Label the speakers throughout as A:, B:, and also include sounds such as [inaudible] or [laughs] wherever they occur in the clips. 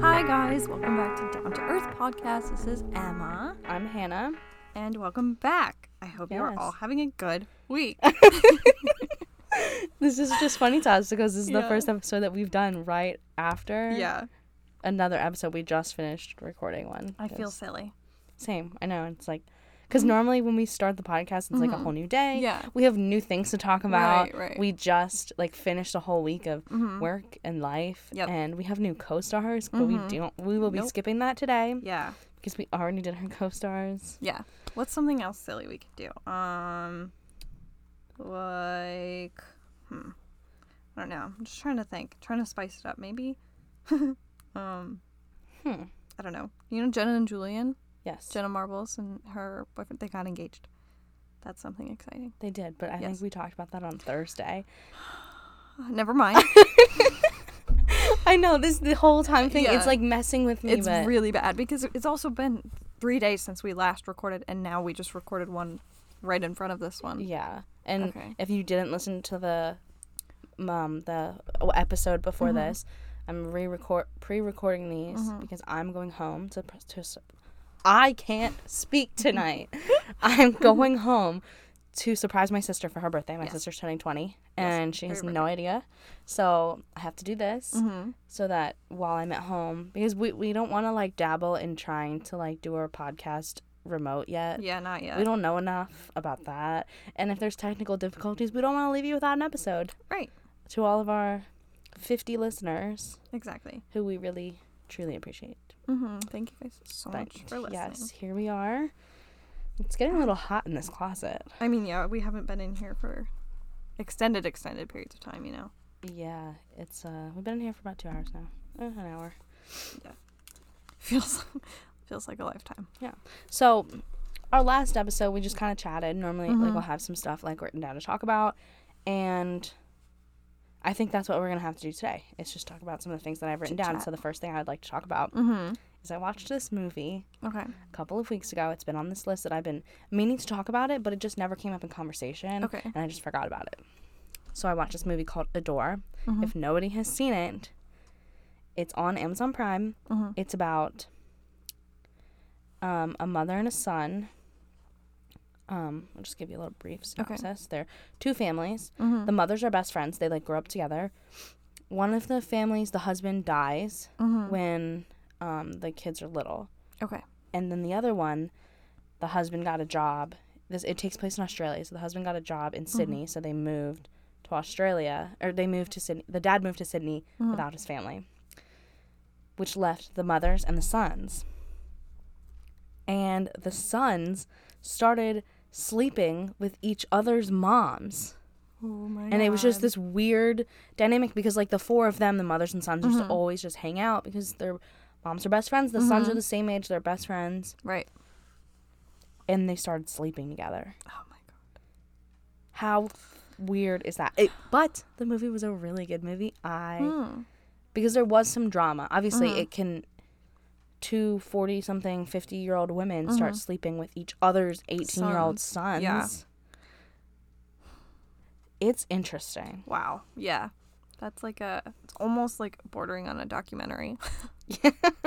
A: boys. Welcome back to Down to Earth podcast. This is Emma,
B: I'm Hannah.
A: and welcome back. I hope you are all
B: Yes.
A: having a good [laughs] week.
B: This is just funny to us because this is
A: Yeah.
B: the first episode that we've done right after
A: yeah,
B: another episode we just finished recording one.
A: I feel
B: It's-
A: silly.
B: same. I know it's like because normally when we start the podcast, it's like a whole new day.
A: Mm-hmm. Yeah.
B: we have new things to talk about.
A: right. Mm-hmm.
B: We just like finished a whole week of work and life,
A: Yep. Mm-hmm.
B: and we have new co-stars, but we don't. We will be
A: Nope.
B: skipping that today
A: Yeah,
B: because we already did our co-stars.
A: yeah. What's something else silly we could do? Um, like, hmm, I don't know. I'm just trying to think, trying to spice it up. Maybe, [laughs] um,
B: Hmm.
A: I don't know. You know, Jenna and Julian.
B: Yes,
A: Jenna Marbles and her boyfriend they got engaged. That's something exciting.
B: they did, but I
A: Yes.
B: think we talked about that on Thursday.
A: Uh, never mind.
B: I know this the whole time thing.
A: Yeah.
B: It's like messing with me.
A: it's
B: but
A: really bad because it's also been 3 days since we last recorded and now we just recorded one right in front of this one.
B: yeah, and
A: Okay.
B: if you didn't listen to the um the episode before
A: Mm-hmm.
B: this, I'm re-record pre-recording these because I'm going home to pr- to. s- I can't
A: [laughs]
B: speak tonight. I'm going home to surprise my sister for her birthday. My
A: Yes.
B: sister's turning 20 and she
A: for
B: has
A: your
B: no idea. So I have to do this
A: Mhm.
B: so that while I'm at home, because we, we don't want to like dabble in trying to like do our podcast remote yet.
A: Yeah, not yet.
B: uh, We don't know enough about that. And if there's technical difficulties, we don't want to leave you without an episode.
A: Right.
B: To all of our 50 listeners
A: Exactly.
B: who we really truly appreciate.
A: Mhm. Thank you guys so
B: But
A: much for listening.
B: yes, here we are. It's getting a little hot in this closet.
A: I mean, yeah, we haven't been in here for extended extended periods of time, you know. [laughs]
B: Yeah, it's uh we've been in here for about 2 hours now. Uh, an hour.
A: Feels feels like a lifetime.
B: So, our last episode, we just kind of chatted. Normally, like
A: Mhm.
B: we'll have some stuff like written down to talk about, and I think that's what we're gonna have to do today. Is just talk about some of the things that I've written down.
A: Chit-chat.
B: So the first thing I'd like to talk about
A: Mhm.
B: is I watched this movie
A: Okay.
B: a couple of weeks ago. It's been on this list that I've been meaning to talk about it, but it just never came up in conversation,
A: Okay.
B: and I just forgot about it. So I watched this movie called Adore.
A: Mhm.
B: If nobody has seen it, it's on Amazon Prime.
A: Mhm.
B: It's about um, a mother and a son. Um, I'll just give you a little brief
A: Okay.
B: synopsis. They're two families.
A: Mhm.
B: The mothers are best friends. They like grow up together. One of the families, the husband dies
A: Mhm.
B: when um, the kids are little,
A: Okay.
B: and then the other one, the husband got a job. This it takes place in Australia, so the husband got a job in Sydney, so they moved to Australia, or they moved to Sydney. The dad moved to Sydney
A: Mhm.
B: without his family, which left the mothers and the sons. And the sons started sleeping with each other's moms.
A: Oh my
B: And it was just this weird dynamic because, like, the four of them, the mothers and sons, used to always just hang out because their moms are best friends. The sons are the same age, they're best friends.
A: Right.
B: And they started sleeping together.
A: Oh my god.
B: How weird is that? It, but the movie was a really good movie. I.
A: Hmm.
B: because there was some drama. Obviously,
A: Mm-hmm.
B: it can two 40 something 50 year old women start sleeping with each other's 18 year old
A: Mm-hmm.
B: sons.
A: Yeah.
B: It's interesting. [laughs]
A: Wow. Yeah. That's like a it's almost like bordering on a documentary. [laughs] [laughs]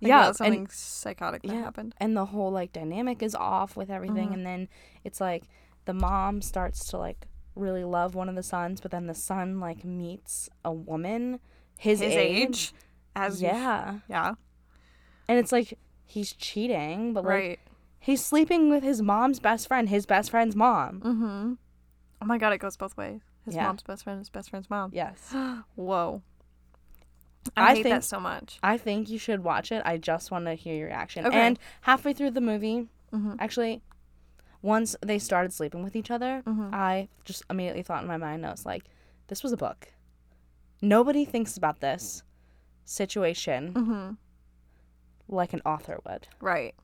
A: Like,
B: yeah,
A: that was something
B: and
A: psychotic that
B: yeah.
A: happened.
B: and the whole like dynamic is off with everything
A: Mm-hmm.
B: and then it's like the mom starts to like really love one of the sons, but then the son like meets a woman his, age.
A: As you-
B: Yeah.
A: yeah.
B: And it's like he's cheating, but like
A: Right.
B: He's sleeping with his mom's best friend, his best friend's mom.
A: Mm-hmm. Oh my god, it goes both ways. His
B: Yeah.
A: mom's best friend, his best friend's mom. [gasps]
B: Yes.
A: Whoa. I,
B: I
A: hate
B: think-
A: that so much.
B: I think you should watch it. I just want to hear your reaction.
A: Okay.
B: And halfway through the movie,
A: Mhm.
B: actually, once they started sleeping with each other,
A: Mhm.
B: I just immediately thought in my mind, I was like, this was a book. Nobody thinks about this situation
A: Mm-hmm.
B: like an author would.
A: Right.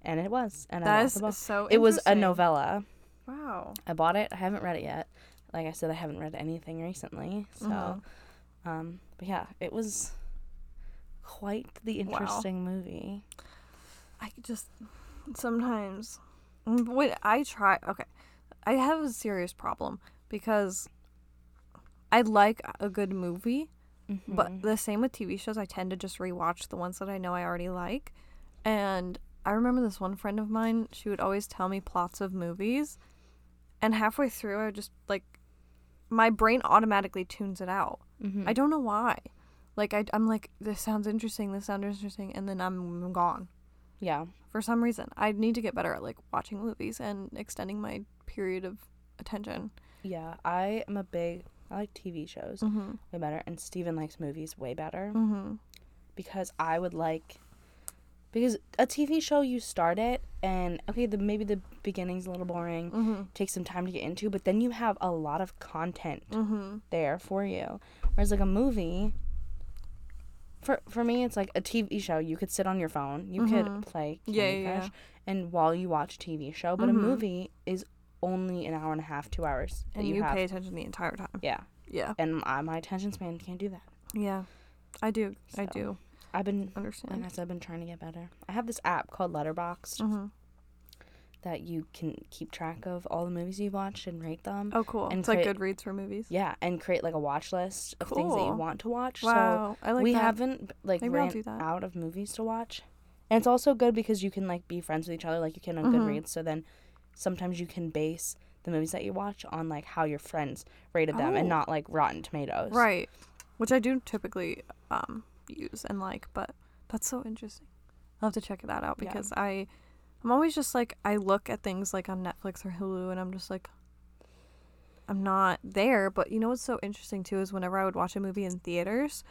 B: And it was. And I
A: That
B: bought
A: is
B: the book.
A: so.
B: It was a
A: interesting.
B: novella.
A: Wow.
B: I bought it. I haven't read it yet. Like I said, I haven't read anything recently. So,
A: Mhm.
B: um, but yeah, it was quite the
A: Wow.
B: interesting movie.
A: I could just sometimes when I try okay, I have a serious problem because I like a good movie, But the same with TV shows, I tend to just rewatch the ones that I know I already like. And I remember this one friend of mine, she would always tell me plots of movies. And halfway through, I would just like, my brain automatically tunes it out. I don't know why. Like, I, I'm like, this sounds interesting, this sounds interesting, and then I'm gone.
B: yeah.
A: For some reason, I need to get better at like watching movies and extending my period of attention.
B: Yeah, I am a big. I like TV shows
A: Mm-hmm.
B: way better, and Steven likes movies way better
A: Mm-hmm.
B: because I would like. Because a TV show, you start it, and okay, the maybe the beginning's a little boring,
A: Mm-hmm.
B: takes some time to get into, but then you have a lot of content
A: Mm-hmm.
B: there for you. Whereas like a movie, for for me, it's like a TV show. You could sit on your phone, you
A: Mhm.
B: could play Candy
A: Yeah, yeah,
B: Crush, and while you watch a TV show, but
A: Mhm.
B: a movie is only an hour and a half, two hours that
A: And you,
B: you, have.
A: pay attention the entire time.
B: Yeah,
A: Yeah.
B: and I, my attention span can't do that.
A: Yeah. I do. I
B: So,
A: do
B: I've been, like I
A: understand.
B: said, I've been trying to get better. I have this app called Letterboxd
A: Mm-hmm.
B: that you can keep track of all the movies you've watched and rate them.
A: Oh, cool.
B: And
A: it's like
B: create-
A: Goodreads for movies.
B: Yeah, and create like a watch list of things that you
A: Cool.
B: want to watch. So
A: wow. I like
B: we
A: that.
B: haven't like
A: Maybe I'll
B: ran
A: do that.
B: out of movies to watch, and it's also good because you can like be friends with each other, like you can
A: Mhm.
B: on Goodreads. So then, sometimes you can base the movies that you watch on like how your friends rated them, and
A: Oh.
B: not like Rotten Tomatoes.
A: Right. Which I do typically um, use and like, but that's so interesting. I'll have to check that out
B: Yeah.
A: because I, I'm always just like I look at things like on Netflix or Hulu and I'm just like, I'm not there. But you know what's so interesting too is whenever I would watch a movie in theaters,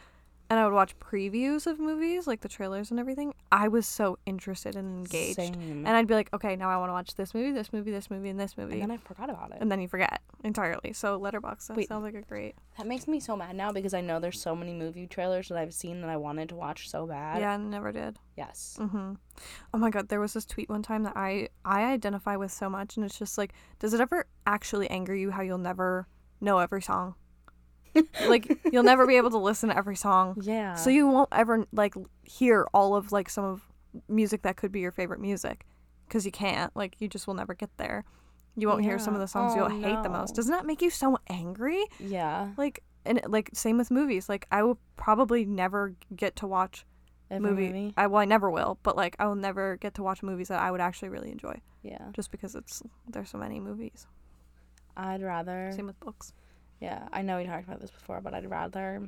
A: and I would watch previews of movies like the trailers and everything, I was so interested and engaged.
B: Same.
A: And I'd be like, okay, now I want to watch this movie, this movie, this movie, and this movie.
B: And then I forgot about it.
A: and then you forget entirely. So Letterboxd that
B: Wait.
A: sounds like a great.
B: That makes me so mad now because I know there's so many movie trailers that I've seen that I wanted to watch so bad.
A: yeah, I never did.
B: Yes.
A: Mm-hmm. Oh my god, there was this tweet one time that I I identify with so much, and it's just like, does it ever actually anger you how you'll never know every song? like [laughs] you'll never be able to listen to every
B: [laughs]
A: song,
B: Yeah.
A: so you won't ever like hear all of like some of music that could be your favorite music, because you can't. Like you just will never get there. You won't hear some of
B: Yeah.
A: the songs you'll
B: Oh,
A: hate the most.
B: no.
A: Doesn't that make you so angry?
B: yeah.
A: Like and like same with movies. Like I will probably never get to watch
B: Every
A: movie.
B: movie.
A: I well, I never will, but like I will never get to watch movies that I would actually really enjoy,
B: Yeah.
A: just because it's there's so many movies.
B: I'd rather.
A: Same with books.
B: Yeah, I know we talked about this before, but I'd rather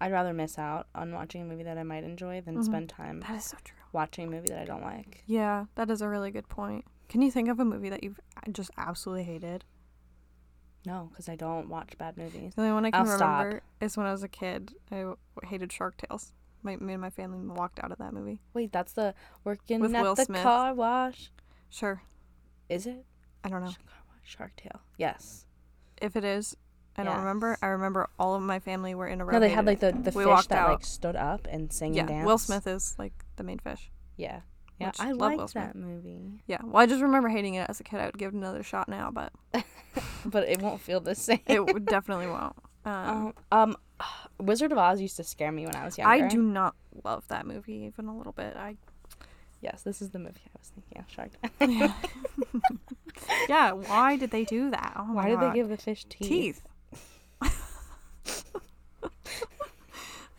B: I'd rather miss out on watching a movie that I might enjoy than
A: Mhm.
B: spend time
A: That is so true.
B: watching a movie that I don't like.
A: Yeah, that is a really good point. Can you think of a movie that you've a- just absolutely hated?
B: No, because I don't watch bad movies.
A: The only one I can
B: I'll Oh, stop.
A: remember is when I was a kid. I w- hated Shark Tales. My, me and my family walked out of that movie.
B: Wait, that's the working
A: With
B: at
A: Will
B: the
A: Smith.
B: car wash.
A: Sure,
B: Is it
A: I don't know
B: Sh- car wash? Shark Tale? Yes.
A: if it is. I don't remember.
B: Yes.
A: I remember all of my family were in a row.
B: No, they had like the the
A: We
B: fish
A: walked
B: that
A: out.
B: like stood up and sang
A: yeah.
B: and danced.
A: Will Smith is like the main fish.
B: Yeah. Yeah,
A: Which-
B: I
A: love Will
B: liked
A: Smith.
B: that movie,
A: Yeah. Well, I just remember hating it as a kid. I would give it another shot now, but
B: [laughs] but it won't feel the [laughs] same.
A: it w- definitely
B: [laughs]
A: won't. Um,
B: Um, um, Wizard of Oz used to scare me when I was younger.
A: I do not love that movie even a little bit.
B: [laughs]
A: I [laughs]
B: Yes, this is the movie I was thinking of. Shark Tale.
A: yeah. yeah. Why did they do that? Oh my
B: Why did
A: God.
B: they give the fish teeth?
A: teeth? [laughs] I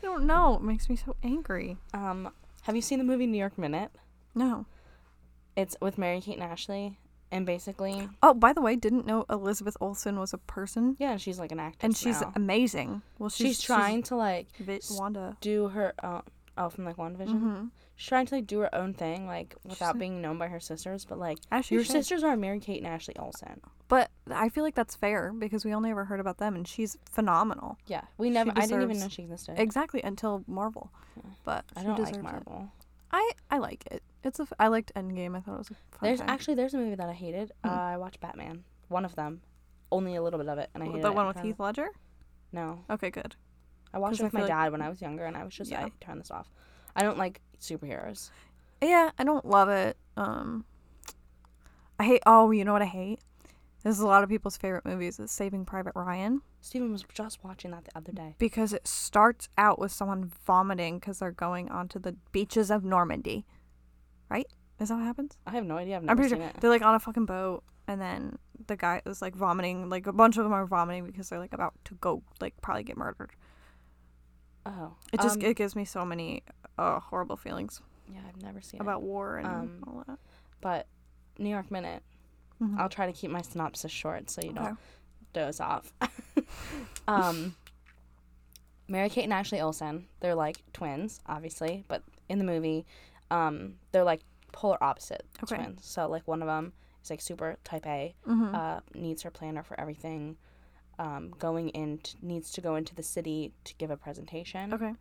A: don't know. It makes me so angry.
B: Um, have you seen the movie New York Minute?
A: No.
B: It's with Mary Kate and Ashley, and basically,
A: Oh, by the way, didn't know Elizabeth Olsen was a person,
B: yeah, she's like an actress.
A: and she's
B: now.
A: amazing. Well, she's,
B: she's, trying to like
A: she's Vi-
B: s-
A: Wanda.
B: do her own. Oh, from like WandaVision. Vision.
A: Mm-hmm.
B: She's trying to like do her own thing, like without
A: a-
B: being known by her sisters. But like
A: Actually,
B: your
A: she-
B: sisters are Mary Kate and Ashley Olsen.
A: But I feel like that's fair because we only ever heard about them, and she's phenomenal.
B: Yeah, we never. I didn't even
A: deserves-
B: know she existed.
A: Exactly until Marvel,
B: Yeah.
A: but
B: I
A: she
B: don't like
A: deserves it.
B: Marvel.
A: I I like it. It's a f- I liked Endgame. I thought it was a fun
B: There's
A: time.
B: actually there's a movie that I hated.
A: Hmm.
B: Uh, I watched Batman, one of them, only a little bit of it, and I hated
A: the
B: it
A: one with
B: forever.
A: Heath Ledger.
B: No,
A: Okay, good.
B: I watched
A: 'Cause
B: it
A: I
B: with my
A: feel like-
B: dad when I was younger, and I was just
A: Yeah.
B: I turn this off. I don't like superheroes.
A: Yeah, I don't love it. Um, I hate. Oh, you know what I hate? This is a lot of people's favorite movies. Is Saving Private Ryan
B: Steven was just watching that the other day.
A: because it starts out with someone vomiting because they're going onto the beaches of Normandy, right? Is that what happens?
B: I have no idea. I've
A: I'm
B: never
A: pretty
B: seen
A: sure
B: it.
A: they're like on a fucking boat, and then the guy is like vomiting. Like a bunch of them are vomiting because they're like about to go, like probably get murdered.
B: Oh,
A: It just
B: um,
A: it gives me so many uh, horrible feelings
B: yeah, I've never seen
A: about war and
B: Um,
A: all that.
B: it. But New York Minute.
A: Mhm.
B: I'll try to keep my synopsis short so you don't
A: Okay.
B: doze off. [laughs] um, Mary Kate and Ashley Olsen, they're like twins, obviously, but in the movie, um, they're like polar opposite
A: Okay.
B: twins. So like one of them is like super type A,
A: Mhm.
B: uh, needs her planner for everything. Um, going in t- needs to go into the city to give a presentation
A: Okay.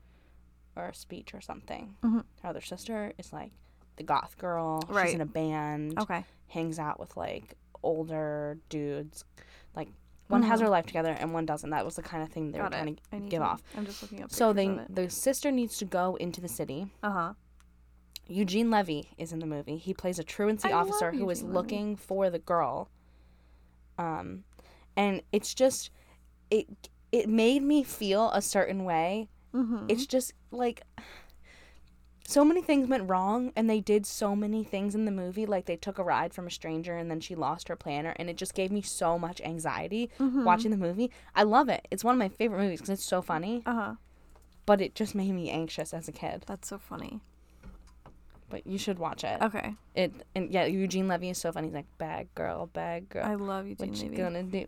B: or a speech or something.
A: Mhm.
B: Her other sister is like the goth girl.
A: Right. Oh.
B: She's in a band
A: Okay.
B: hangs out with like older dudes. Like one has her life together and one doesn't. That was the kind of thing they were
A: Mm-hmm. Got it.
B: trying
A: I
B: to
A: need
B: give
A: to-
B: off.
A: I'm just looking up.
B: So they
A: Uh
B: the sister needs to go into the city.
A: huh.
B: Eugene Levy is in the movie. He plays a truancy
A: I love
B: officer who is
A: Eugene Levy.
B: looking for the girl. Um and it's just it it made me feel a certain way.
A: Mm-hmm.
B: It's just like so many things went wrong and they did so many things in the movie like they took a ride from a stranger and then she lost her planner and it just gave me so much anxiety
A: Mm-hmm.
B: watching the movie i love it it's one of my favorite movies because it's so funny
A: Uh huh.
B: but it just made me anxious as a kid
A: That's so funny.
B: but you should watch it
A: Okay.
B: it and yeah eugene levy is so funny he's like bad girl bad girl
A: I love Eugene
B: what you
A: Levy.
B: gonna do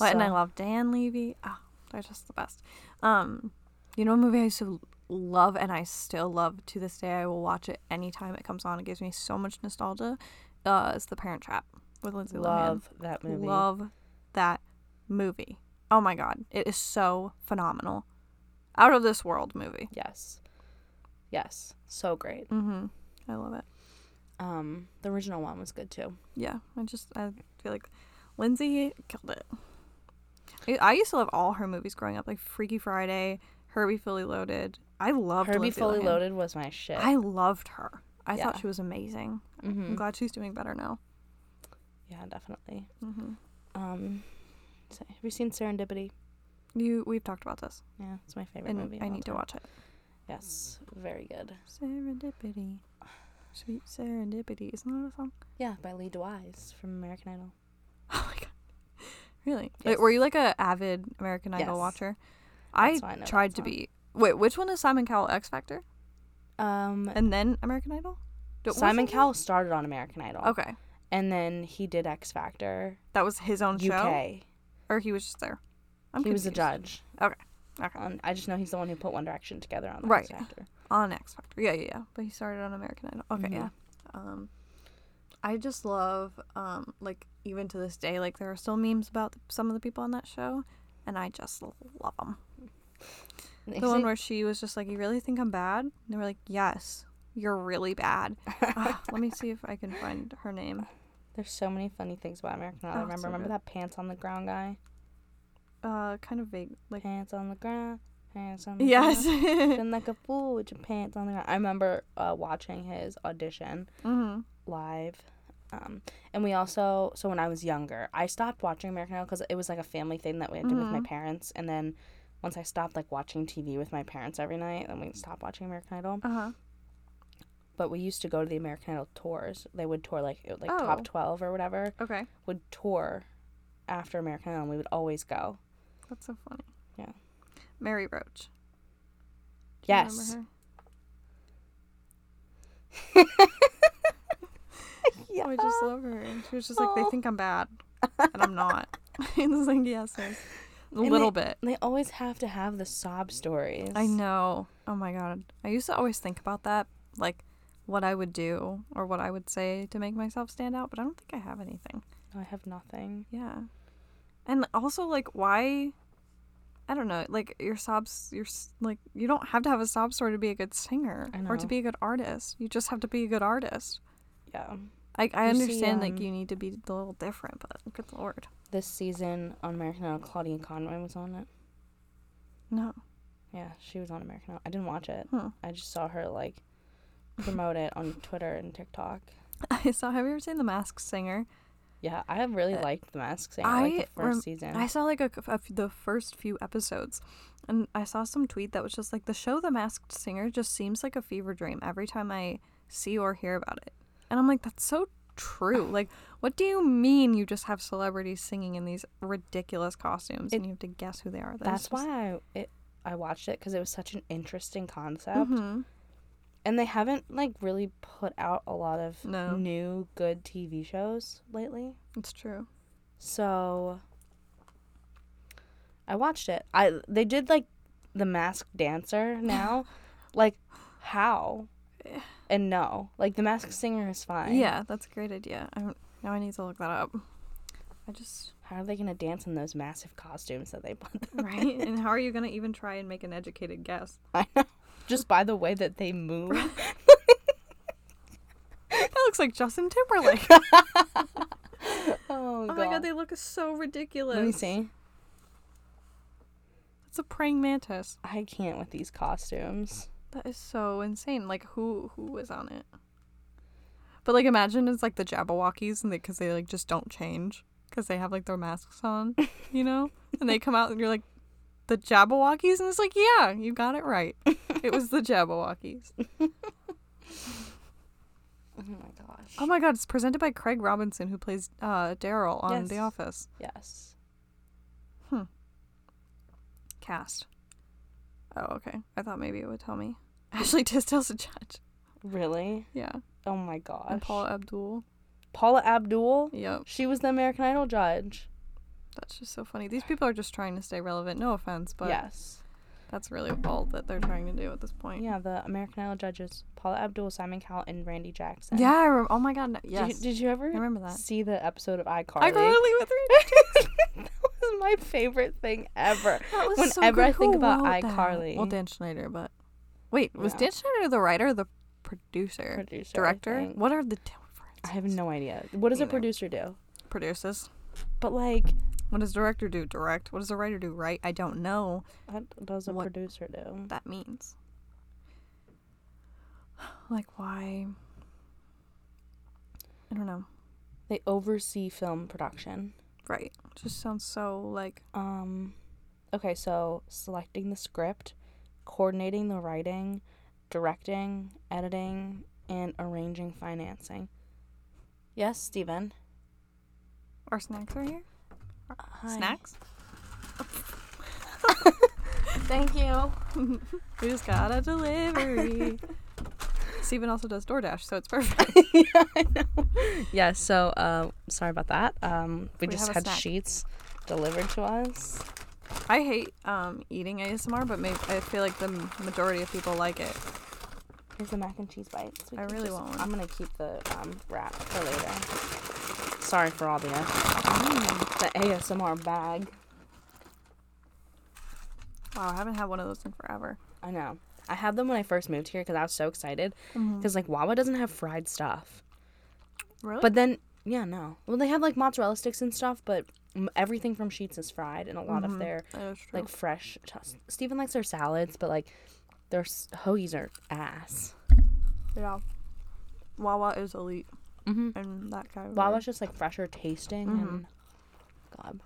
A: Well, and I
B: So-
A: love Dan Levy. Oh, they're just the best. Um, you know, a movie I used to love and I still love to this day. I will watch it anytime it comes on. It gives me so much nostalgia. Uh, it's The Parent Trap with Lindsay Lohan.
B: love that movie
A: Love that movie. Oh my god, it is so phenomenal. Out of this world movie.
B: yes yes so great
A: Mm-hmm. I love it.
B: um the original one was good too
A: Yeah, I just I feel like Lindsay killed it. I- I used to love all her movies growing up, like Freaky Friday, Herbie Fully Loaded. I loved
B: Herbie
A: Lindsay
B: Fully
A: Lohan.
B: Loaded was my shit.
A: I loved her. I
B: Yeah.
A: thought she was amazing. I'm
B: Mhm.
A: glad she's doing better now.
B: Yeah, definitely.
A: Mm-hmm.
B: Um, so- have you seen Serendipity?
A: You, we've talked about this,
B: Yeah, it's my favorite
A: and
B: movie. of
A: I
B: all
A: need to
B: time.
A: watch it.
B: Yes, very good.
A: Serendipity, sweet serendipity. Isn't that a song? [laughs]
B: Yeah, by Lee DeWise from American Idol.
A: Oh my god, really? Like, were you like a avid American Idol
B: Yes.
A: watcher?
B: That's why I
A: I
B: know that
A: tried to
B: song.
A: be. Wait, which one is Simon Cowell X Factor?
B: Um,
A: and then American Idol. D- was
B: Simon
A: it?
B: Cowell started on American Idol.
A: Okay,
B: and then he did X Factor
A: that was his own
B: UK.
A: show, or he was just there. I'm
B: he was a
A: confused.
B: judge.
A: Okay.
B: On, I just know he's the one who put One Direction together on the
A: Right.
B: X Factor.
A: on X Factor. Yeah, yeah, yeah. But he started on American Idol. Okay,
B: Mhm.
A: yeah. Um, I just love um like even to this day like there are still memes about th- some of the people on that show, and I just love them. [laughs] The one where she was just like, "You really think I'm bad?" And they were like, "Yes, you're really
B: [laughs]
A: bad." Ah, let me see if I can find her name.
B: There's so many funny things about American Idol.
A: Oh,
B: remember,
A: so
B: remember
A: good.
B: that pants on the ground guy?
A: Uh, kind of
B: [laughs]
A: vague. Like
B: Pants on the ground. Pants on the
A: [laughs]
B: ground.
A: yes.
B: been like a fool with your pants on the ground. I remember uh, watching his audition
A: hmm
B: live. Um, and we also, so when I was younger, I stopped watching American Idol because it was like a family thing that we did with my
A: Mhm.
B: parents. And then once I stopped like watching TV with my parents every night, then we stopped watching American Idol.
A: Uh huh.
B: But we used to go to the American Idol tours. They would tour like it- like top
A: Oh.
B: twelve or whatever
A: Okay,
B: would tour after American Idol. and We would always go.
A: that's so funny.
B: Yeah.
A: Mary Roach. Do you remember
B: Yes, [laughs]
A: her?
B: yeah.
A: I just love her. And she was just like, they
B: Aw.
A: think I'm bad. And I'm
B: [laughs]
A: not. [laughs] and it's like, yes, yes. A
B: And
A: little bit.
B: They always have to have the sob stories.
A: I know. Oh my God. I used to always think about that, like what I would do or what I would say to make myself stand out, but I don't think I have anything.
B: I have nothing.
A: Yeah. And also, like, why? I don't know. Like, your sobs, your, s- like, you don't have to have a sob story to be a good singer
B: I
A: or to
B: know.
A: be a good artist. You just have to be a good artist.
B: Yeah.
A: Like, I
B: You see,
A: understand,
B: um,
A: like, you need to be a little different, but good lord.
B: This season on American Idol, Claudia Conway was on it.
A: No.
B: Yeah, she was on American Idol. I didn't watch it.
A: Hmm. [laughs]
B: I just saw her like promote it on Twitter and TikTok.
A: I saw. Have you ever seen The Masked Singer?
B: Yeah, I have really
A: Uh,
B: liked The Mask Singer, like
A: I
B: the first
A: rem-
B: season.
A: I saw like a, a f- the first few episodes, and I saw some tweet that was just like the show The Masked Singer just seems like a fever dream every time I see or hear about it, and I'm like that's so true. Like, what do you mean you just have celebrities singing in these ridiculous costumes and you have to guess who they are?
B: That's
A: just-
B: why I, it, I watched it because it was such an interesting concept,
A: hmm
B: and they haven't like really put out a lot of
A: No.
B: new good TV shows lately.
A: It's true.
B: So I watched it. I they did like the Masked Dancer
A: [laughs]
B: now, like
A: [sighs]
B: how and no, like the Masked Singer is fine.
A: Yeah, that's a great idea. I don't, now I need to look that up. I just [laughs]
B: How are they gonna dance in those massive costumes that they put? [laughs]
A: right, and how are you gonna even try and make an educated guess?
B: I know. Just by the way that they
A: [laughs]
B: move. [laughs]
A: That looks like Justin Timberlake.
B: oh,
A: oh my god, they look so ridiculous.
B: Let me see.
A: It's a praying mantis.
B: I can't with these costumes.
A: That is so insane. Like who who was on it? But like imagine it's like the Jabberwockies and they cuz they like just don't change cuz they have like their masks on, you [laughs] know? and they come out and you're like the Jabberwockies and it's like, "Yeah, you got it right. It was the [laughs] Jabberwockies."
B: Oh my gosh.
A: Oh my god, it's presented by Craig Robinson who plays uh Daryl on The
B: Yes.
A: Office.
B: yes.
A: Cast. Oh, okay. I thought maybe it would tell me. [laughs] Ashley Tisdale's a judge.
B: Really?
A: Yeah.
B: Oh my gosh.
A: And Paula Abdul.
B: Paula Abdul.
A: Yep.
B: She was the American Idol judge.
A: That's just so funny. These people are just trying to stay relevant. No offense, but
B: yes.
A: that's really all that they're trying to do at this point.
B: Yeah, the American Idol judges Paula Abdul, Simon Cowell, and Randy Jackson.
A: Yeah. I rem- oh my god. no-
B: Did you-
A: Yes.
B: Did, you ever
A: I remember that.
B: see the episode of iCarly?
A: I
B: [laughs]
A: really with her.
B: that was my favorite thing ever.
A: That was so
B: Whenever I
A: good.
B: think
A: Who
B: about
A: wrote that?
B: iCarly.
A: Well, Dan Schneider, but wait, was
B: Yeah.
A: Dan Schneider the writer, or the producer,
B: Producer, I
A: director?
B: think.
A: What are the difference?
B: I have no idea. What does a
A: Neither.
B: producer do?
A: Produces.
B: But like,
A: What does director do? Direct. What does a writer do? Write. I don't know
B: what does a
A: What-
B: producer do?
A: what that means. [sighs] Like why? I don't know.
B: They oversee film production.
A: Right. Just sounds so like
B: Um, okay, so selecting the script, coordinating the writing, directing, editing, and arranging financing. Yes, Steven.
A: Our snacks are here.
B: Uh, Hi.
A: Snacks?
B: Thank you.
A: We just got a [laughs] delivery. Steven also does DoorDash, so it's perfect.
B: [laughs] Yeah, so uh, sorry about that. Um, we,
A: We
B: just
A: have a
B: had
A: snack.
B: sheets delivered to us.
A: I hate um, eating ASMR, but maybe I feel like the m- majority of people like it.
B: Here's the mac and cheese bites. We
A: I
B: can
A: really want one.
B: I'm gonna keep the um, wrap for later. Sorry for all the
A: Mm.
B: the ASMR bag.
A: Wow, I haven't had one of those in forever.
B: I know. I had them when I first moved here because I was so excited. Because like Wawa doesn't have fried
A: Mm-hmm.
B: stuff,
A: Really?
B: but then yeah, no. Well, they have like mozzarella sticks and stuff, but m- everything from Sheets is fried, and a lot of their
A: that is true.
B: like fresh. T- Steven likes their salads, but like their s- hoagies are ass.
A: yeah. Wawa is elite
B: Mm-hmm.
A: in that category.
B: Wawa's just like fresher tasting and God,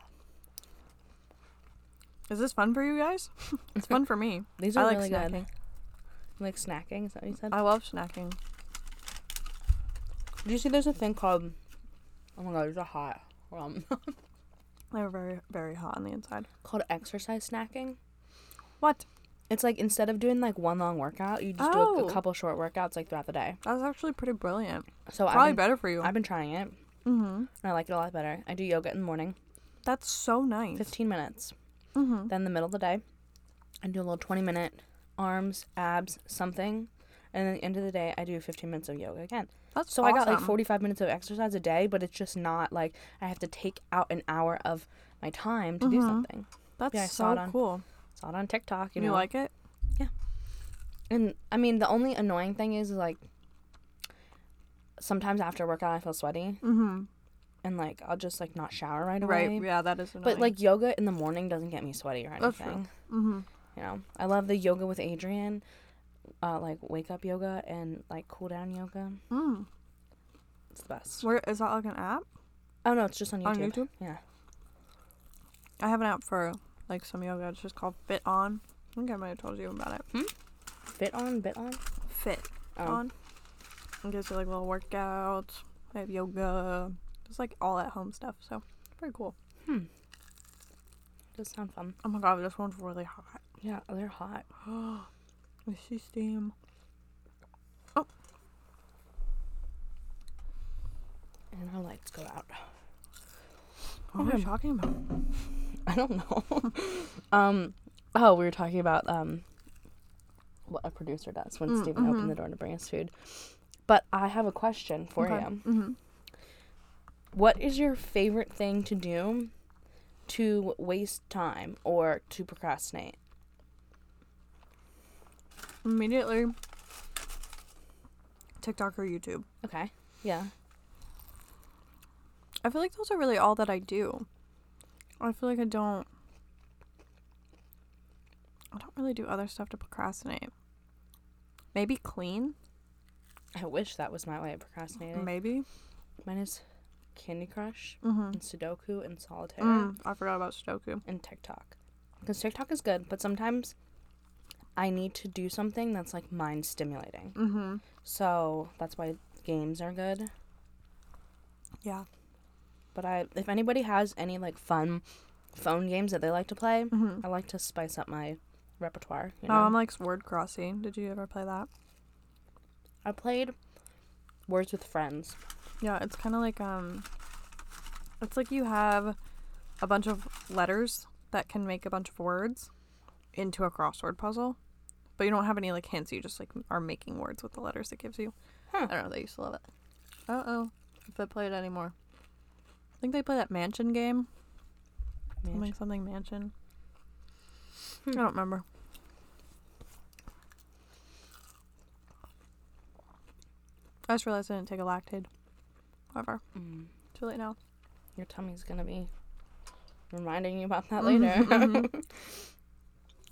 A: Is this fun for you guys? [laughs] it's fun for me.
B: these
A: I
B: are
A: like
B: really
A: snacking.
B: good. Like snacking, is that what you said?
A: I love snacking.
B: Do Uh, you see there's a thing called? Oh my god, there's a hot um,
A: They're very, very hot on the inside.
B: [laughs] called exercise snacking.
A: What?
B: It's like instead of doing like one long workout, you just do
A: Oh.
B: like, a couple short workouts like throughout the day.
A: That's actually pretty brilliant.
B: So
A: Probably
B: I've been,
A: better for you.
B: I've been trying it.
A: mm-hmm.
B: And I like it a lot better. I do yoga in the morning,
A: That's so nice.
B: 15 minutes.
A: Mm-hmm.
B: Then the middle of the day, I do a little 20 minute arms, abs, something. And then at the end of the day, I do 15 minutes of yoga again.
A: That's
B: So I got like
A: awesome.
B: 45 minutes of exercise a day, but it's just not like I have to take out an hour of my time to do
A: Mhm.
B: something.
A: That's
B: Yeah, I saw
A: so
B: it on-
A: cool.
B: Saw it on TikTok, you
A: You,
B: know.
A: like it?
B: And I mean, the only annoying thing is like sometimes after a workout I feel sweaty
A: Mm-hmm.
B: and like I'll just like not shower right away.
A: Right. Yeah, that is. Annoying.
B: But like yoga in the morning doesn't get me sweaty or
A: That's true.
B: anything.
A: mm-hmm.
B: You know, I love the yoga with Adrian, uh, like wake up yoga and like cool down yoga.
A: mm.
B: mm-hmm. It's the best.
A: Where is that like an app?
B: Oh no, it's just on YouTube.
A: On YouTube?
B: Yeah.
A: I have an app for like some yoga. It's just called Fit On. I think I might have told you about it.
B: Bit on, bit on.
A: Fit
B: Oh.
A: On. It gives you like little workouts. I have yoga. Just like all at home stuff. So pretty cool.
B: Does sound fun.
A: Oh my god, this one's really hot.
B: Yeah, they're hot.
A: [gasps] I see steam. Oh,
B: And our lights go out. [laughs]
A: what were we talking about?
B: I don't know. [laughs] um, oh, we were talking about um, what a producer does
A: Mm,
B: when Stephen
A: mm-hmm.
B: opened the door to bring us food. But I have a question for
A: Okay.
B: you.
A: Mhm.
B: What is your favorite thing to do to waste time or to procrastinate?
A: Immediately, TikTok or YouTube.
B: Okay. Yeah.
A: I feel like those are really all that I do. I feel like I don't. I don't really do other stuff to procrastinate. Maybe clean.
B: I wish that was my way of procrastinating.
A: Maybe.
B: Mine is Candy Crush
A: Mm-hmm.
B: and Sudoku and Solitaire
A: Mm, I forgot about Sudoku.
B: and TikTok. Because TikTok is good, but sometimes I need to do something that's like mind stimulating.
A: Mm-hmm.
B: So that's why games are good.
A: Yeah.
B: But I, if anybody has any like fun phone games that they like to play,
A: Mm-hmm.
B: I like to spice up my repertoire. You know,
A: My mom likes word crossing. Did you ever play that?
B: I played Words with Friends.
A: Yeah, it's kind of like um, it's like you have a bunch of letters that can make a bunch of words into a crossword puzzle, but you don't have any like hints. You just like are making words with the letters it gives you.
B: Huh.
A: I don't know. They used to love it. Uh oh, if they play it anymore. I think they play that mansion game. Something something mansion. I
B: Hmm.
A: don't remember. I just realized I didn't take a lactaid. However,
B: Mm,
A: too late now.
B: your tummy's gonna be reminding you about that
A: Mhm, [laughs]
B: later.
A: mhm.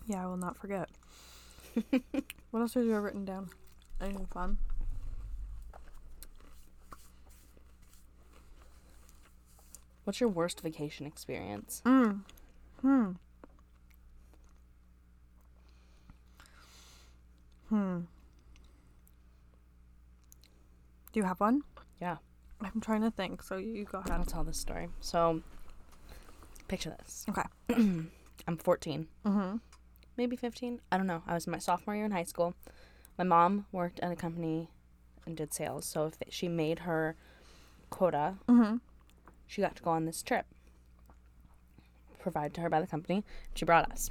A: yeah, I will not forget. [laughs] what else did you have written down? Anything fun?
B: [laughs] What's your worst vacation experience?
A: Mm. Hmm. Hmm. Do you have one?
B: Yeah.
A: I'm trying to think, so you go
B: I'll
A: ahead.
B: tell this story. So, picture this.
A: Okay.
B: [clears throat] I'm 14,
A: Mm-hmm.
B: maybe 15. I don't know. I was in my sophomore year in high school. My mom worked at a company and did sales. So, if she made her quota,
A: Mm-hmm.
B: she got to go on this trip provided to her by the company. She brought us.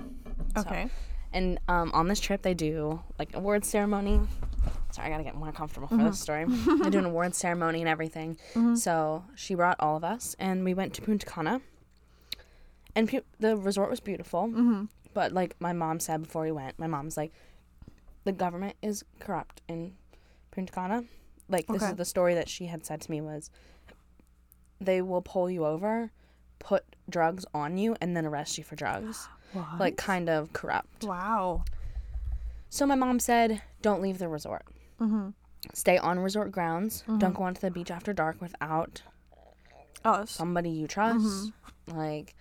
B: So-
A: Okay.
B: and um, on this trip, they do like awards ceremony. Sorry, I gotta get more comfortable for this
A: Uh-huh. [laughs]
B: story. they do an awards ceremony and everything.
A: Mm-hmm.
B: So she brought all of us, and we went to Punta Cana. And pu- the resort was beautiful,
A: Mm-hmm.
B: but like my mom said before we went, my mom's like, the government is corrupt in Punta Cana. Like this
A: Okay.
B: is the story that she had said to me was, they will pull you over, put drugs on you, and then arrest you for
A: [gasps]
B: drugs.
A: What?
B: Like kind of corrupt.
A: wow.
B: So my mom said, "Don't leave the resort.
A: Mm-hmm.
B: Stay on resort grounds. Don't go onto the beach after dark without
A: Us.
B: somebody you trust." Like,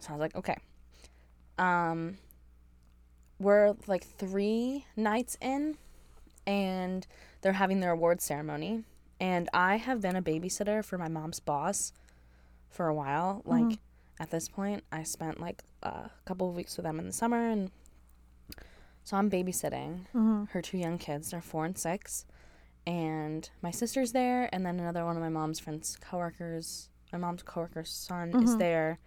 B: so I was like, "Okay." Um, we're like three nights in, and they're having their award ceremony, and I have been a babysitter for my mom's boss for a while.
A: Mm-hmm.
B: Like, at this point, I spent like a couple of weeks with them in the summer, and so I'm babysitting
A: Mm-hmm.
B: her two young kids. They're four and six. And my sister's there, and then another one of my mom's friends' coworkers, my mom's coworker's son is
A: Mhm.
B: there,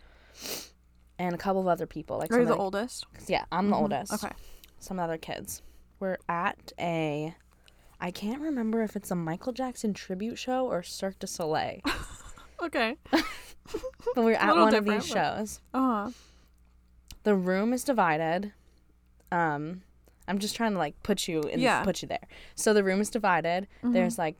B: and a couple of other people. Like
A: Are you the
B: some of
A: oldest?
B: the- yeah, I'm the
A: Mhm.
B: oldest.
A: Okay.
B: Some other kids. We're at a, I can't remember if it's a Michael Jackson tribute show or Cirque
A: [laughs]
B: du Soleil,
A: Okay.
B: but we're at
A: Little
B: one of these
A: different,
B: shows.
A: Uh-huh.
B: The room is divided. Um, I'm just trying to like put you in,
A: Yeah.
B: put you there. So the room is divided.
A: Mhm.
B: there's like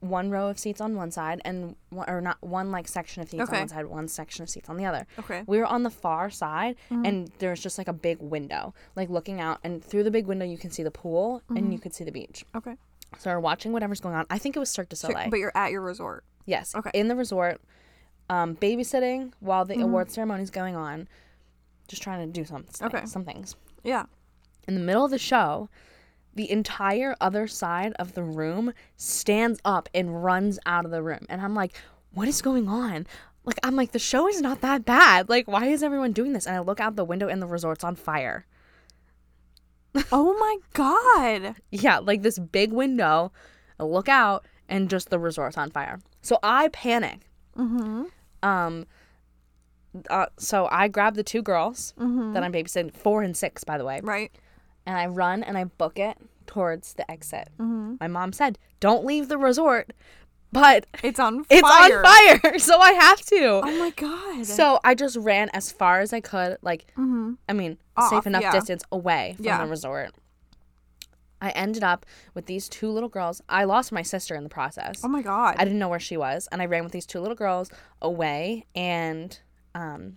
B: one row of seats on one side and one, or not one like section of seats on
A: Okay.
B: one side one section of seats on the other
A: Okay. Mm-hmm.
B: we were on the far side and there's just like a big window like looking out and through the big window you can see the pool
A: Mm-hmm.
B: and you could see the beach
A: Okay.
B: so we're watching whatever's going on i think it was cirque du
A: So-
B: soleil
A: but you're at your resort.
B: yes
A: okay. Mm-hmm.
B: in the resort um, babysitting while the award ceremony's going on just trying to do some,
A: Okay.
B: some things
A: Yeah.
B: in the middle of the show, the entire other side of the room stands up and runs out of the room. And I'm like, what is going on? Like, I'm like, the show is not that bad. Like, why is everyone doing this? And I look out the window and the resort's on fire.
A: oh my god.
B: Yeah, like this big window, a lookout, and just the resort's on fire. So I panic.
A: Mm-hmm.
B: Um, uh, so I grab the two girls that I'm babysitting, four and six, by the way,
A: Right.
B: and I run and I book it towards the exit. My mom said, "Don't leave the resort," but
A: It's on fire.
B: it's on fire, [laughs] so I have to.
A: Oh my god.
B: So I just ran as far as I could, like I mean,
A: Mm-hmm. Off,
B: safe enough
A: yeah.
B: distance away from
A: Yeah.
B: the resort. I ended up with these two little girls. I lost my sister in the process.
A: oh my god.
B: I didn't know where she was, and I ran with these two little girls away, and um,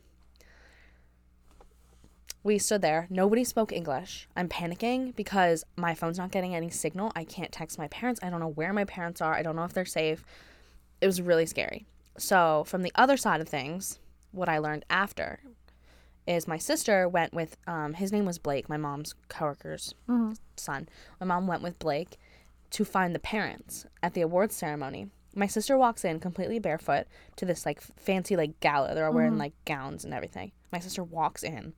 B: we stood there. Nobody spoke English. I'm panicking because my phone's not getting any signal. I can't text my parents. I don't know where my parents are. I don't know if they're safe. It was really scary. So, from the other side of things, what I learned after is my sister went with um, his name was Blake, my mom's coworker's
A: Mm-hmm.
B: son. My mom went with Blake to find the parents at the awards ceremony. My sister walks in completely barefoot to this like f- fancy like gala. They're all wearing
A: Mm-hmm.
B: like gowns and everything. My sister walks in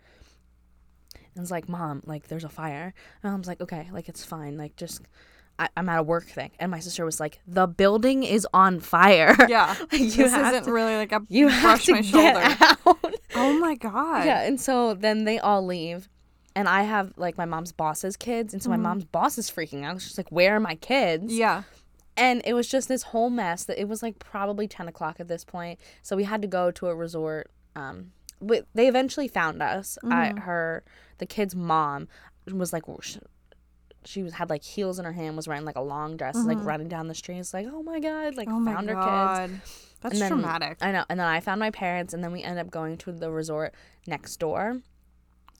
B: and is like, "Mom, like there's a fire." And mom's like, "Okay, like it's fine. Like just I- I'm at a work thing." And my sister was like, "The building is on fire.
A: yeah.
B: you
A: this
B: have
A: isn't really like a
B: [laughs] you have
A: brush
B: to
A: my
B: get
A: shoulder.
B: [laughs] out."
A: Oh my god.
B: Yeah, and so then they all leave. And I have like my mom's boss's kids, and so my mom's boss is freaking out. She's like, "Where are my kids?"
A: Mm-hmm. Yeah.
B: And it was just this whole mess. That it was like probably ten o'clock at this point, so we had to go to a resort. Um, but they eventually found us.
A: Mm-hmm.
B: I, her, the kid's mom, was like, sh- she was had like heels in her hand, was wearing like a long dress, like running down the street. It's like, oh my god, like
A: Mm-hmm. Oh my
B: found her kids.
A: god. That's
B: And then-
A: traumatic.
B: I know. And then I found my parents, and then we ended up going to the resort next door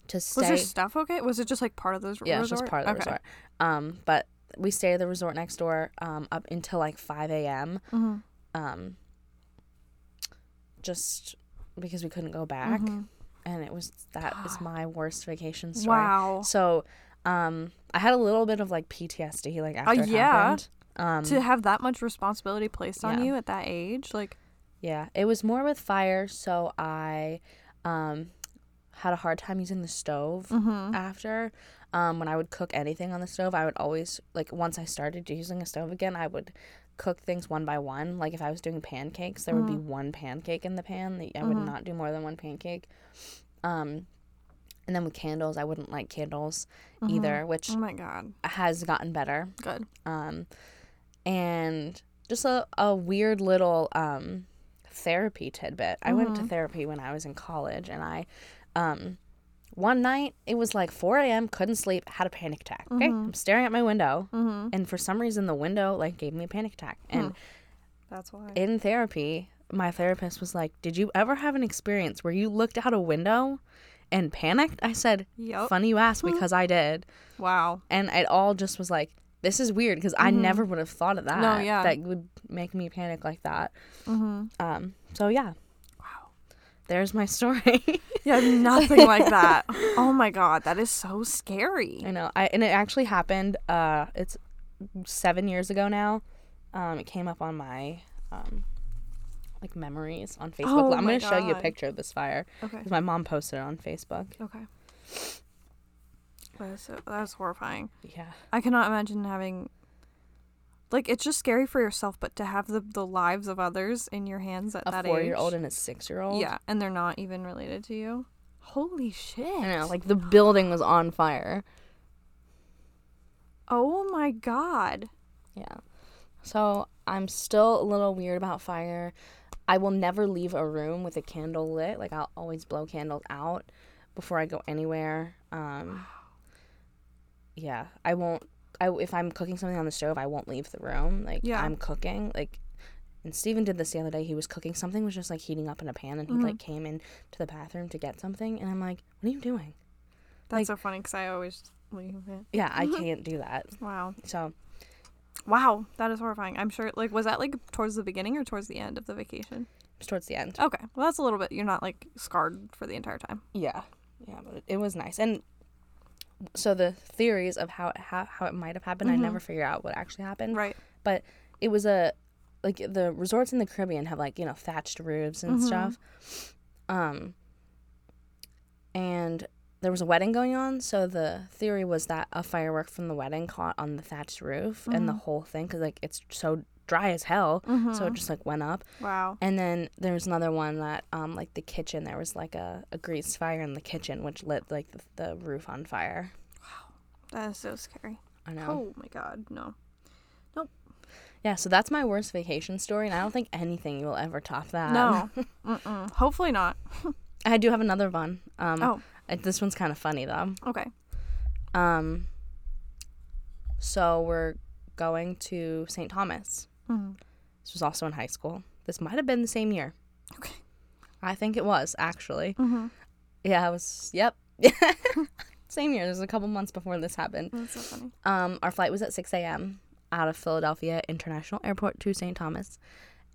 B: to stay.
A: Was your stuff okay? Was it just like part of those resort?
B: yeah, it was just part of the
A: Okay.
B: resort. Um, but we stayed at the resort next door um, up until like 5 a.m.
A: Mhm.
B: Um, just because we couldn't go back.
A: Mm-hmm.
B: And it was that is
A: [gasps]
B: my worst vacation story.
A: Wow.
B: So um, I had a little bit of like PTSD like after it
A: Oh, yeah.
B: happened. Um,
A: to have that much responsibility placed on
B: Yeah.
A: you at that age, like
B: Yeah, it was more with fire, so I um, had a hard time using the stove after. Um, when I would cook anything on the stove, I would always like once I started using a stove again, I would cook things one by one. Like if I was doing pancakes, there would be one pancake in the pan. that I would not do more than one pancake. Um, and then with candles, I wouldn't light candles either, which
A: oh my god.
B: has gotten better
A: Good.
B: um, and just a, a weird little um, therapy tidbit. I went to therapy when I was in college, and I, um, one night, it was like 4 a.m., couldn't sleep, had a panic attack. Okay, I'm staring at my window, and for some reason, the window like gave me a panic attack. And
A: That's why.
B: in therapy, my therapist was like, Did you ever have an experience where you looked out a window and panicked? I said,
A: Yup.
B: Funny you asked because I did
A: Wow.
B: and it all just was like this is weird because i never would have thought of that
A: Mm-hmm. No, yeah.
B: that would make me panic like that
A: Mm-hmm.
B: um so yeah wow there's my [laughs] story
A: Yeah, nothing like that. Oh my god, that is so scary.
B: i know i and it actually happened uh it's seven years ago now um it came up on my um like memories on facebook
A: Oh
B: i'm
A: my
B: gonna show you a
A: God.
B: picture of this fire
A: Okay.
B: 'cause my mom posted it on facebook
A: Okay. That's that's horrifying.
B: yeah
A: I cannot imagine having like it's just scary for yourself, but to have the the lives of others in your hands at
B: a
A: that
B: four
A: age.
B: year old and a six year old
A: Yeah, and they're not even related to you. Holy shit.
B: i know like the building was on fire
A: oh my god.
B: Yeah. So I'm still a little weird about fire. I will never leave a room with a candle lit. Like I'll always blow candles out before I go anywhere. Um, yeah, I won't. I if I'm cooking something on the stove, I won't leave the room. Like
A: Yeah.
B: I'm cooking. Like, and Steven did this the other day. He was cooking something was just like heating up in a pan, and he like came in to the bathroom to get something, and I'm like, "What are you doing?"
A: That's
B: Like-
A: so funny because I always leave it.
B: Yeah, I can't do that.
A: Wow.
B: So
A: Wow, that is horrifying. I'm sure like was that like towards the beginning or towards the end of the vacation?
B: it's towards the end.
A: Okay. Well, that's a little bit you're not like scarred for the entire time.
B: Yeah, yeah, but it, it was nice. And so the theories of how it ha- how it might have happened, I never figure out what actually happened.
A: Right.
B: But it was a like the resorts in the Caribbean have like you know thatched roofs and stuff. Um. And there was a wedding going on, so the theory was that a firework from the wedding caught on the thatched roof and the whole thing, because like it's so dry as hell, so it just like went up.
A: Mm-hmm. Wow.
B: And then there was another one that, um, like the kitchen, there was like a, a grease fire in the kitchen, which lit like the, the roof on fire.
A: That is so scary.
B: I know.
A: Oh my god, no.
B: Yeah, so that's my worst vacation story, and I don't think anything will ever top that.
A: No. Mm-mm. Hopefully not.
B: [laughs] I do have another one. Um,
A: Oh.
B: uh, this one's kind of funny though.
A: Okay.
B: Um, so we're going to St. Thomas.
A: Mhm.
B: This was also in high school. This might have been the same year.
A: Okay.
B: I think it was actually.
A: Mhm.
B: Yeah, I was. Yep. [laughs] same year. This was a couple months before this happened.
A: That's so funny.
B: Um, our flight was at 6 a.m. out of Philadelphia International Airport to St. Thomas.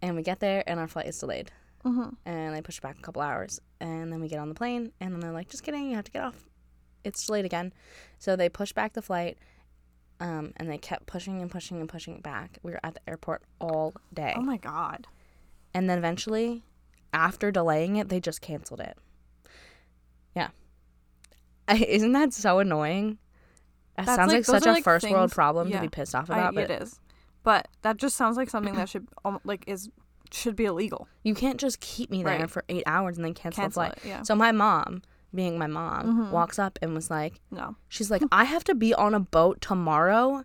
B: And we get there, and our flight is delayed.
A: Mhm.
B: And they push it back a couple hours. And then we get on the plane, and then they're like, just kidding, you have to get off. It's delayed again. So they push back the flight, um, and they kept pushing and pushing and pushing it back. We were at the airport all day.
A: Oh my god.
B: And then eventually, after delaying it, they just canceled it. Yeah. I, [laughs] isn't that so annoying? That
A: That's
B: sounds
A: like-
B: like,
A: those
B: such
A: are
B: a
A: like
B: first world
A: things-
B: problem
A: yeah.
B: to be pissed off
A: I,
B: about,
A: it
B: but
A: is. But that just sounds like something that should al- like is should be illegal.
B: you can't just keep me there
A: Right.
B: for eight hours and then cancel,
A: Cancel
B: the flight.
A: it. Yeah. Mm-hmm.
B: So my mom, being my mom, walks up and was like,
A: No.
B: she's like, I have to be on a boat tomorrow.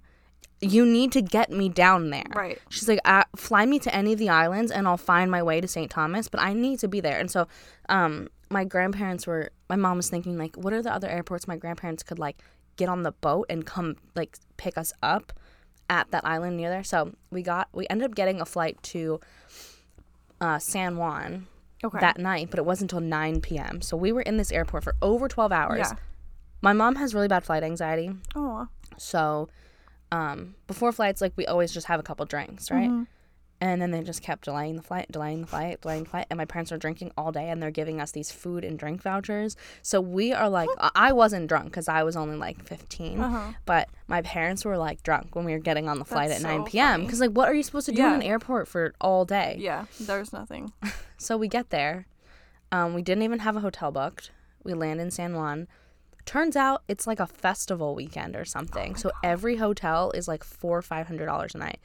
B: You need to get me down there.
A: Right.
B: She's like, uh, fly me to any of the islands and I'll find my way to St. Thomas, but I need to be there. And so, um, my grandparents were, my mom was thinking, like, what are the other airports my grandparents could, like, get on the boat and come, like, pick us up at that island near there? So we got, we ended up getting a flight to uh, San Juan
A: Okay.
B: that night, but it wasn't until 9 p.m. So we were in this airport for over 12 hours.
A: Yeah.
B: My mom has really bad flight anxiety.
A: Oh.
B: So, um, before flights, like we always just have a couple drinks, right?
A: Mm-hmm.
B: And then they just kept delaying the flight, delaying the flight, delaying the flight. And my parents are drinking all day, and they're giving us these food and drink vouchers. So we are like, I- I wasn't drunk because I was only like 15,
A: Uh-huh.
B: but my parents were like drunk when we were getting on the flight
A: That's
B: at 9
A: so
B: p.m.
A: funny.
B: Because like, what are you supposed to do
A: Yeah.
B: in an airport for all day?
A: Yeah. There's
B: [laughs]
A: nothing.
B: So we get there. Um, we didn't even have a hotel booked. We land in San Juan. Turns out it's like a festival weekend or something. so every hotel is like four or five hundred dollars a night.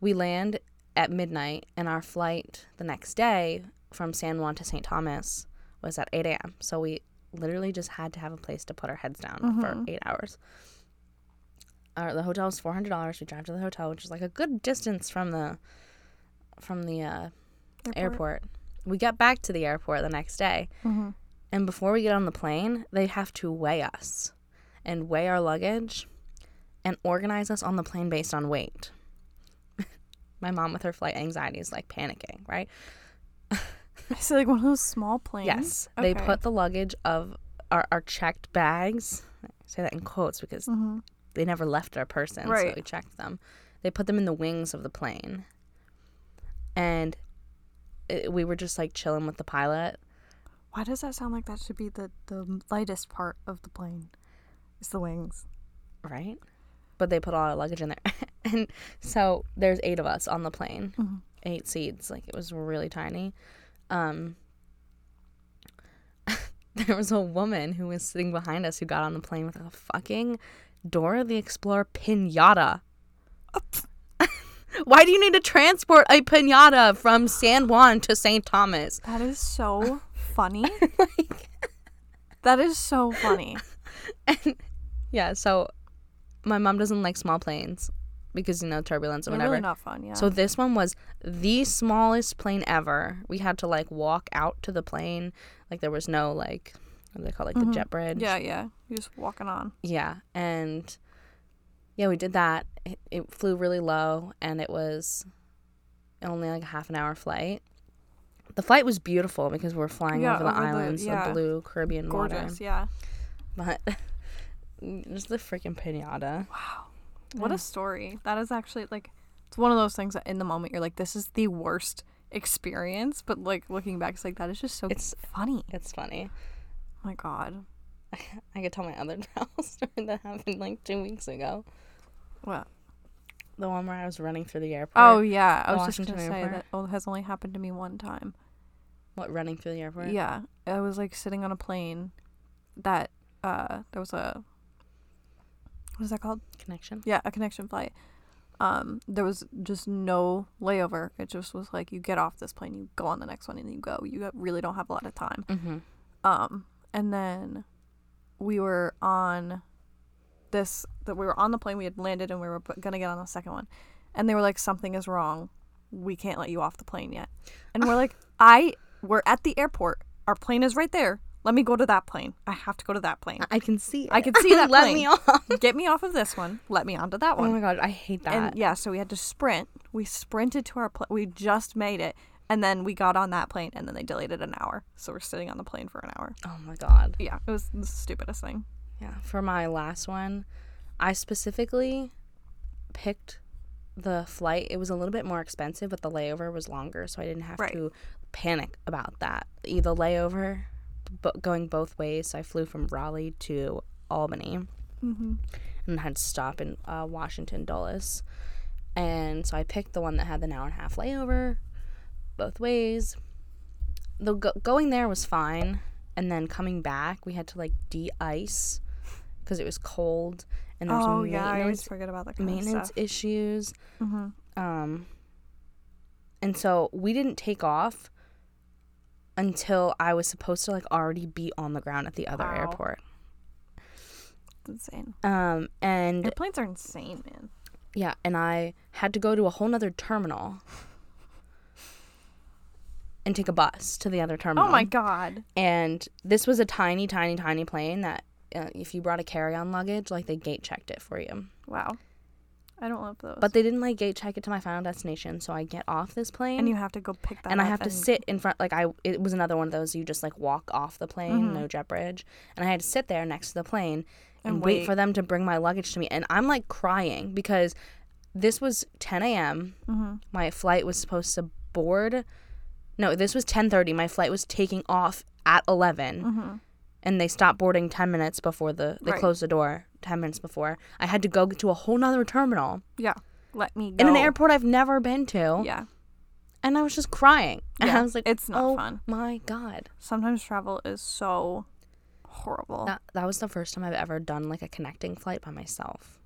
B: We land at midnight, and our flight the next day from San Juan to St. Thomas was at eight a.m. So we literally just had to have a place to put our heads down for eight hours. Our, the hotel was four hundred dollars. We drive to the hotel, which is like a good distance from the from the uh, airport. We get back to the airport the next day.
A: Mm-hmm.
B: And before we get on the plane, they have to weigh us and weigh our luggage and organize us on the plane based on weight. [laughs] My mom, with her flight anxiety, is like panicking, right?
A: I see like one of those small planes.
B: Yes. They
A: Okay.
B: put the luggage of our, our checked bags, I say that in quotes because they never left our person, so
A: Mm-hmm. Right.
B: we checked them. They put them in the wings of the plane. And it, we were just like chilling with the pilot.
A: Why does that sound like that should be the the lightest part of the plane? It's the wings.
B: right? But they put all our luggage in there, [laughs] and so there's eight of us on the plane, eight seats. Like it was really tiny. Um, [laughs] there was a woman who was sitting behind us who got on the plane with a fucking Dora the Explorer pinata. [laughs] Why do you need to transport a pinata from San Juan to St. Thomas?
A: That is
B: [laughs]
A: so funny. that is so
B: [laughs]
A: funny.
B: Yeah, so my mom doesn't like small planes because you know turbulence or
A: They're
B: whatever.
A: really not fun. Yeah.
B: So this one was the smallest plane ever. We had to like walk out to the plane. Like there was no like what do they call it, like the jet bridge.
A: Mm-hmm. yeah, yeah. You're just walking on.
B: Yeah. And yeah, we did that. It, it flew really low and it was only like a half an hour flight. The flight was beautiful because we were flying
A: Yeah,
B: over the
A: over the-
B: islands, the,
A: yeah.
B: blue Caribbean
A: Gorgeous.
B: water.
A: Yeah.
B: [laughs] But just the freaking pinata.
A: What a story. That is actually like it's one of those things that in the moment you're like, this is the worst experience, but like looking back, it's like that is just so
B: It's-
A: funny.
B: It's funny.
A: Oh my god.
B: I could tell my other [laughs] travel story that happened like two weeks ago.
A: What?
B: The one where I was running through the airport.
A: Oh yeah, I
B: the
A: was just gonna
B: Washington
A: say
B: airport.
A: that oh, has only happened to me one time.
B: What, running through the airport?
A: Yeah, I was like sitting on a plane that uh there was a what is that called?
B: Connection.
A: Yeah, a connection flight. Um, there was just no layover. It just was like you get off this plane, you go on the next one, and you go. You got- really don't have a lot of time.
B: Mm-hmm.
A: Um, and then we were on this that we were on the plane. We had landed, and we were bu- gonna get on the second one. And they were like, "Something is wrong. We can't let you off the plane yet." And we're
B: [laughs]
A: like, "I we're at the airport. Our plane is right there. Let me go to that plane. I have to go to that plane.
B: I can see.
A: I
B: [laughs]
A: can see that
B: Let
A: plane.
B: me off.
A: Get me off of this one. Let me onto that
B: Oh
A: one."
B: my god, I hate that.
A: And yeah, so we had to sprint. We sprinted to our plane. We just made it. And then we got on that plane and then they delayed it an hour. So we're sitting on the plane for an hour.
B: oh my god.
A: Yeah, it was the stupidest thing.
B: Yeah. For my last one, I specifically picked the flight. It was a little bit more expensive, but the layover was longer, so I didn't have
A: Right.
B: to panic about that. E- The layover bo- going both ways. So I flew from Raleigh to Albany and had to stop in uh, Washington Dulles. And so I picked the one that had an hour and a half layover both ways. The go- going there was fine, and then coming back, we had to like de-ice because it was cold, and there was
A: Oh, yeah, I always
B: maintenance
A: forget about that kind of
B: maintenance
A: stuff.
B: issues.
A: Mm-hmm.
B: Um, and so we didn't take off until I was supposed to like already be on the ground at the other
A: Wow.
B: airport.
A: It's insane.
B: Um, and
A: Airplanes are insane, man.
B: Yeah, and I had to go to a whole nother terminal and take a bus to the other terminal.
A: Oh my god.
B: And this was a tiny, tiny, tiny plane that uh, if you brought a carry-on luggage, like they gate checked it for you.
A: Wow. I don't love those.
B: But they didn't like gate check it to my final destination, so I get off this plane
A: and you have to go pick that
B: and I
A: up
B: have to sit in front like I it was another one of those you just like walk off the plane,
A: Mm-hmm.
B: no jet bridge, and I had to sit there next to the plane and,
A: And
B: wait.
A: wait.
B: for them to bring my luggage to me, and I'm like crying because this was 10 a.m.
A: Mm-hmm,
B: My flight was supposed to board. No, this was 10:30. My flight was taking off at 11.
A: mm-hmm.
B: And they stopped boarding 10 minutes before the they
A: Right.
B: closed the door 10 minutes before. I had to go to a whole nother terminal
A: Yeah. Let me go.
B: in an airport I've never been to
A: Yeah.
B: and I was just crying. [laughs] And
A: Yeah,
B: I was like,
A: it's not
B: oh,
A: fun."
B: My God,
A: Sometimes travel is so horrible.
B: that that was the first time I've ever done like a connecting flight by myself,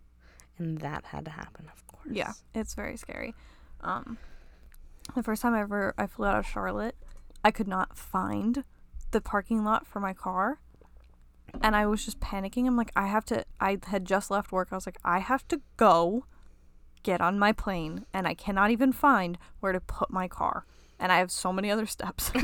B: and that had to happen, of course.
A: Yeah, it's very scary. Um, the first time I ever I flew out of Charlotte, I could not find the parking lot for my car, and I was just panicking. I'm like, I have to. I had just left work. I was like, I have to go get on my plane, and I cannot even find where to put my car, and I have so many other steps. [laughs]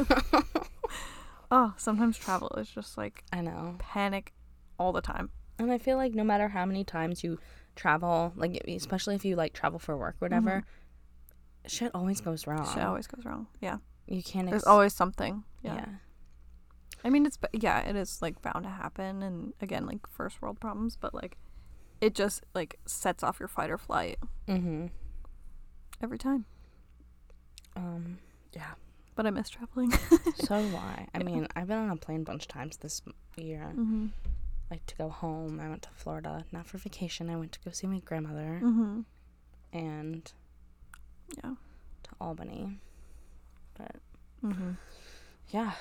A: oh, sometimes travel is just like
B: I know.
A: panic all the time.
B: And I feel like no matter how many times you travel, like e, especially if you like travel for work, or
A: Mm-hmm.
B: whatever, shit always goes wrong.
A: Shit always goes wrong. Yeah,
B: you can't.
A: there's
B: Ex-
A: always something.
B: yeah.
A: yeah. I mean, it's b- yeah, it is like bound to happen, and again, like first world problems, but like it just like sets off your fight or flight
B: Mm-hmm.
A: every time.
B: Um. Yeah.
A: But I miss [laughs] traveling.
B: So do I. I mean, I've been on a plane a bunch of times this m- year.
A: mm-hmm.
B: Like to go home. I went to Florida, not for vacation. I went to go see my grandmother.
A: Mm-hmm.
B: and
A: Yeah.
B: to Albany.
A: Mm-hmm.
B: Yeah.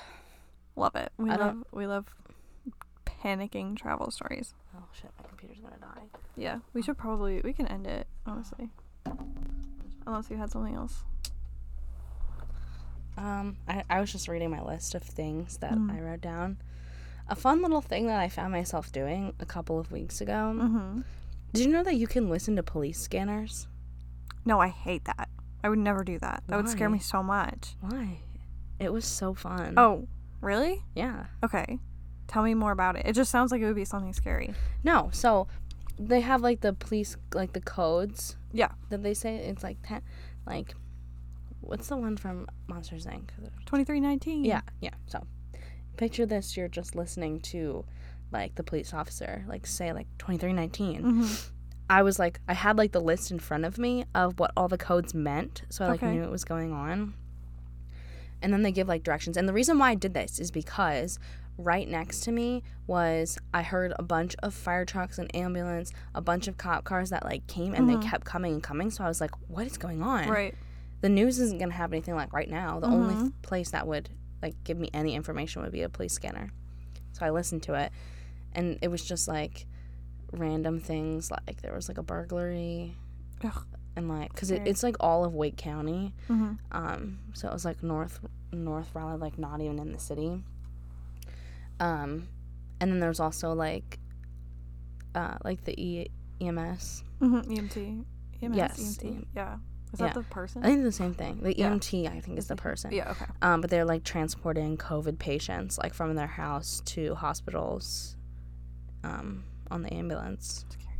A: Love it. We
B: I
A: love
B: don't-
A: we love panicking travel stories.
B: Oh shit, my computer's gonna die.
A: Yeah, we should probably we can end it honestly, unless you had something else.
B: Um, I, I was just reading my list of things that
A: Mm.
B: I wrote down. A fun little thing that I found myself doing a couple of weeks ago.
A: Mm-hmm.
B: Did you know that you can listen to police scanners?
A: No, I hate that. I would never do that. That would scare
B: Why?
A: me so much.
B: Why? It was so fun.
A: Oh, really?
B: yeah.
A: Okay. Tell me more about it. It just sounds like it would be something scary.
B: No, so they have like the police like the codes
A: Yeah.
B: that they say it's like ten, like what's the one from Monsters Inc.
A: Twenty three nineteen.
B: Yeah, yeah. So, picture this: you're just listening to, like, the police officer, like, say, like, twenty three nineteen.
A: Mm-hmm.
B: I was like, I had like the list in front of me of what all the codes meant, so I like
A: Okay.
B: knew it was going on. And then they give like directions, and the reason why I did this is because right next to me was I heard a bunch of fire trucks and ambulance, a bunch of cop cars that like came and they kept coming and coming. So I was like, what is going on?
A: Mm-hmm. Right.
B: the news isn't going to have anything like right now. The only
A: Mm-hmm.
B: f- place that would like give me any information would be a police scanner. So I listened to it and it was just like random things like there was like a burglary
A: Ugh.
B: and like because it,
A: Weird.
B: it's like all of wake county
A: Mm-hmm.
B: um, so it was like north, north rather like not even in the city. Um, and then there's also like, uh, like the e- EMS.
A: Mm-hmm. EMT. EMS,
B: Yes,
A: EMT.
B: EM-
A: E Yeah. Is
B: yeah.
A: that the person?
B: I think they're the same thing. The
A: Yeah.
B: EMT, I think, is the person.
A: yeah. Okay.
B: Um, but they're like transporting COVID patients like from their house to hospitals, um, on the ambulance.
A: Scary.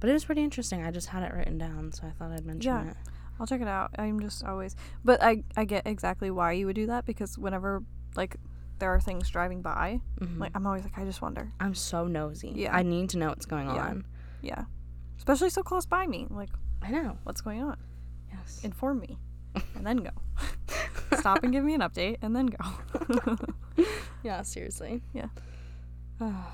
B: But it was pretty interesting. I just had it written down, so I thought I'd mention
A: Yeah.
B: it.
A: I'll check it out. I'm just always, but I I get exactly why you would do that because whenever like there are things driving by,
B: Mhm.
A: like I'm always like I just wonder.
B: I'm so nosy.
A: Yeah.
B: I need to know what's going
A: Yeah.
B: on.
A: Yeah. Especially so close by me. Like
B: I know.
A: what's going on?
B: Yes. [laughs]
A: Inform me, and then go. Stop and give me an update, and then go. [laughs]
B: Yeah, seriously. [sighs]
A: Yeah.
B: Ah,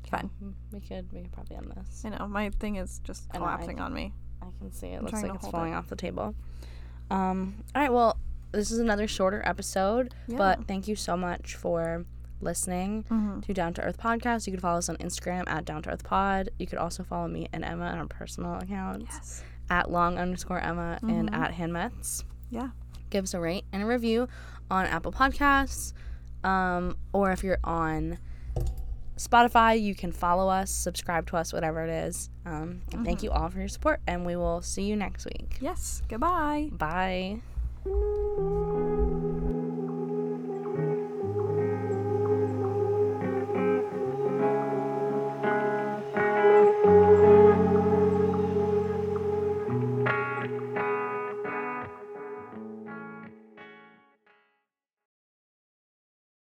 B: okay.
A: Fine.
B: Mm, We could we could probably end this.
A: I know my thing is just
B: I know, I
A: collapsing on me.
B: I can see it. looks
A: trying
B: like
A: to
B: it's
A: hold
B: falling off the table. Um all right, well, this is another shorter episode, but thank you so much for listening
A: hmm
B: to Down to Earth Podcast. You can follow us on Instagram at Down to Earth Pod. You could also follow me and Emma on our personal accounts
A: yes,
B: at long underscore Emma and
A: Mhm.
B: at handmets.
A: Yeah.
B: Give us a rate and a review on Apple Podcasts. Um, or if you're on Spotify, you can follow us, subscribe to us, whatever it is. Um, and Thank you all for your support, and we will see you next week.
A: yes. Goodbye.
B: Bye.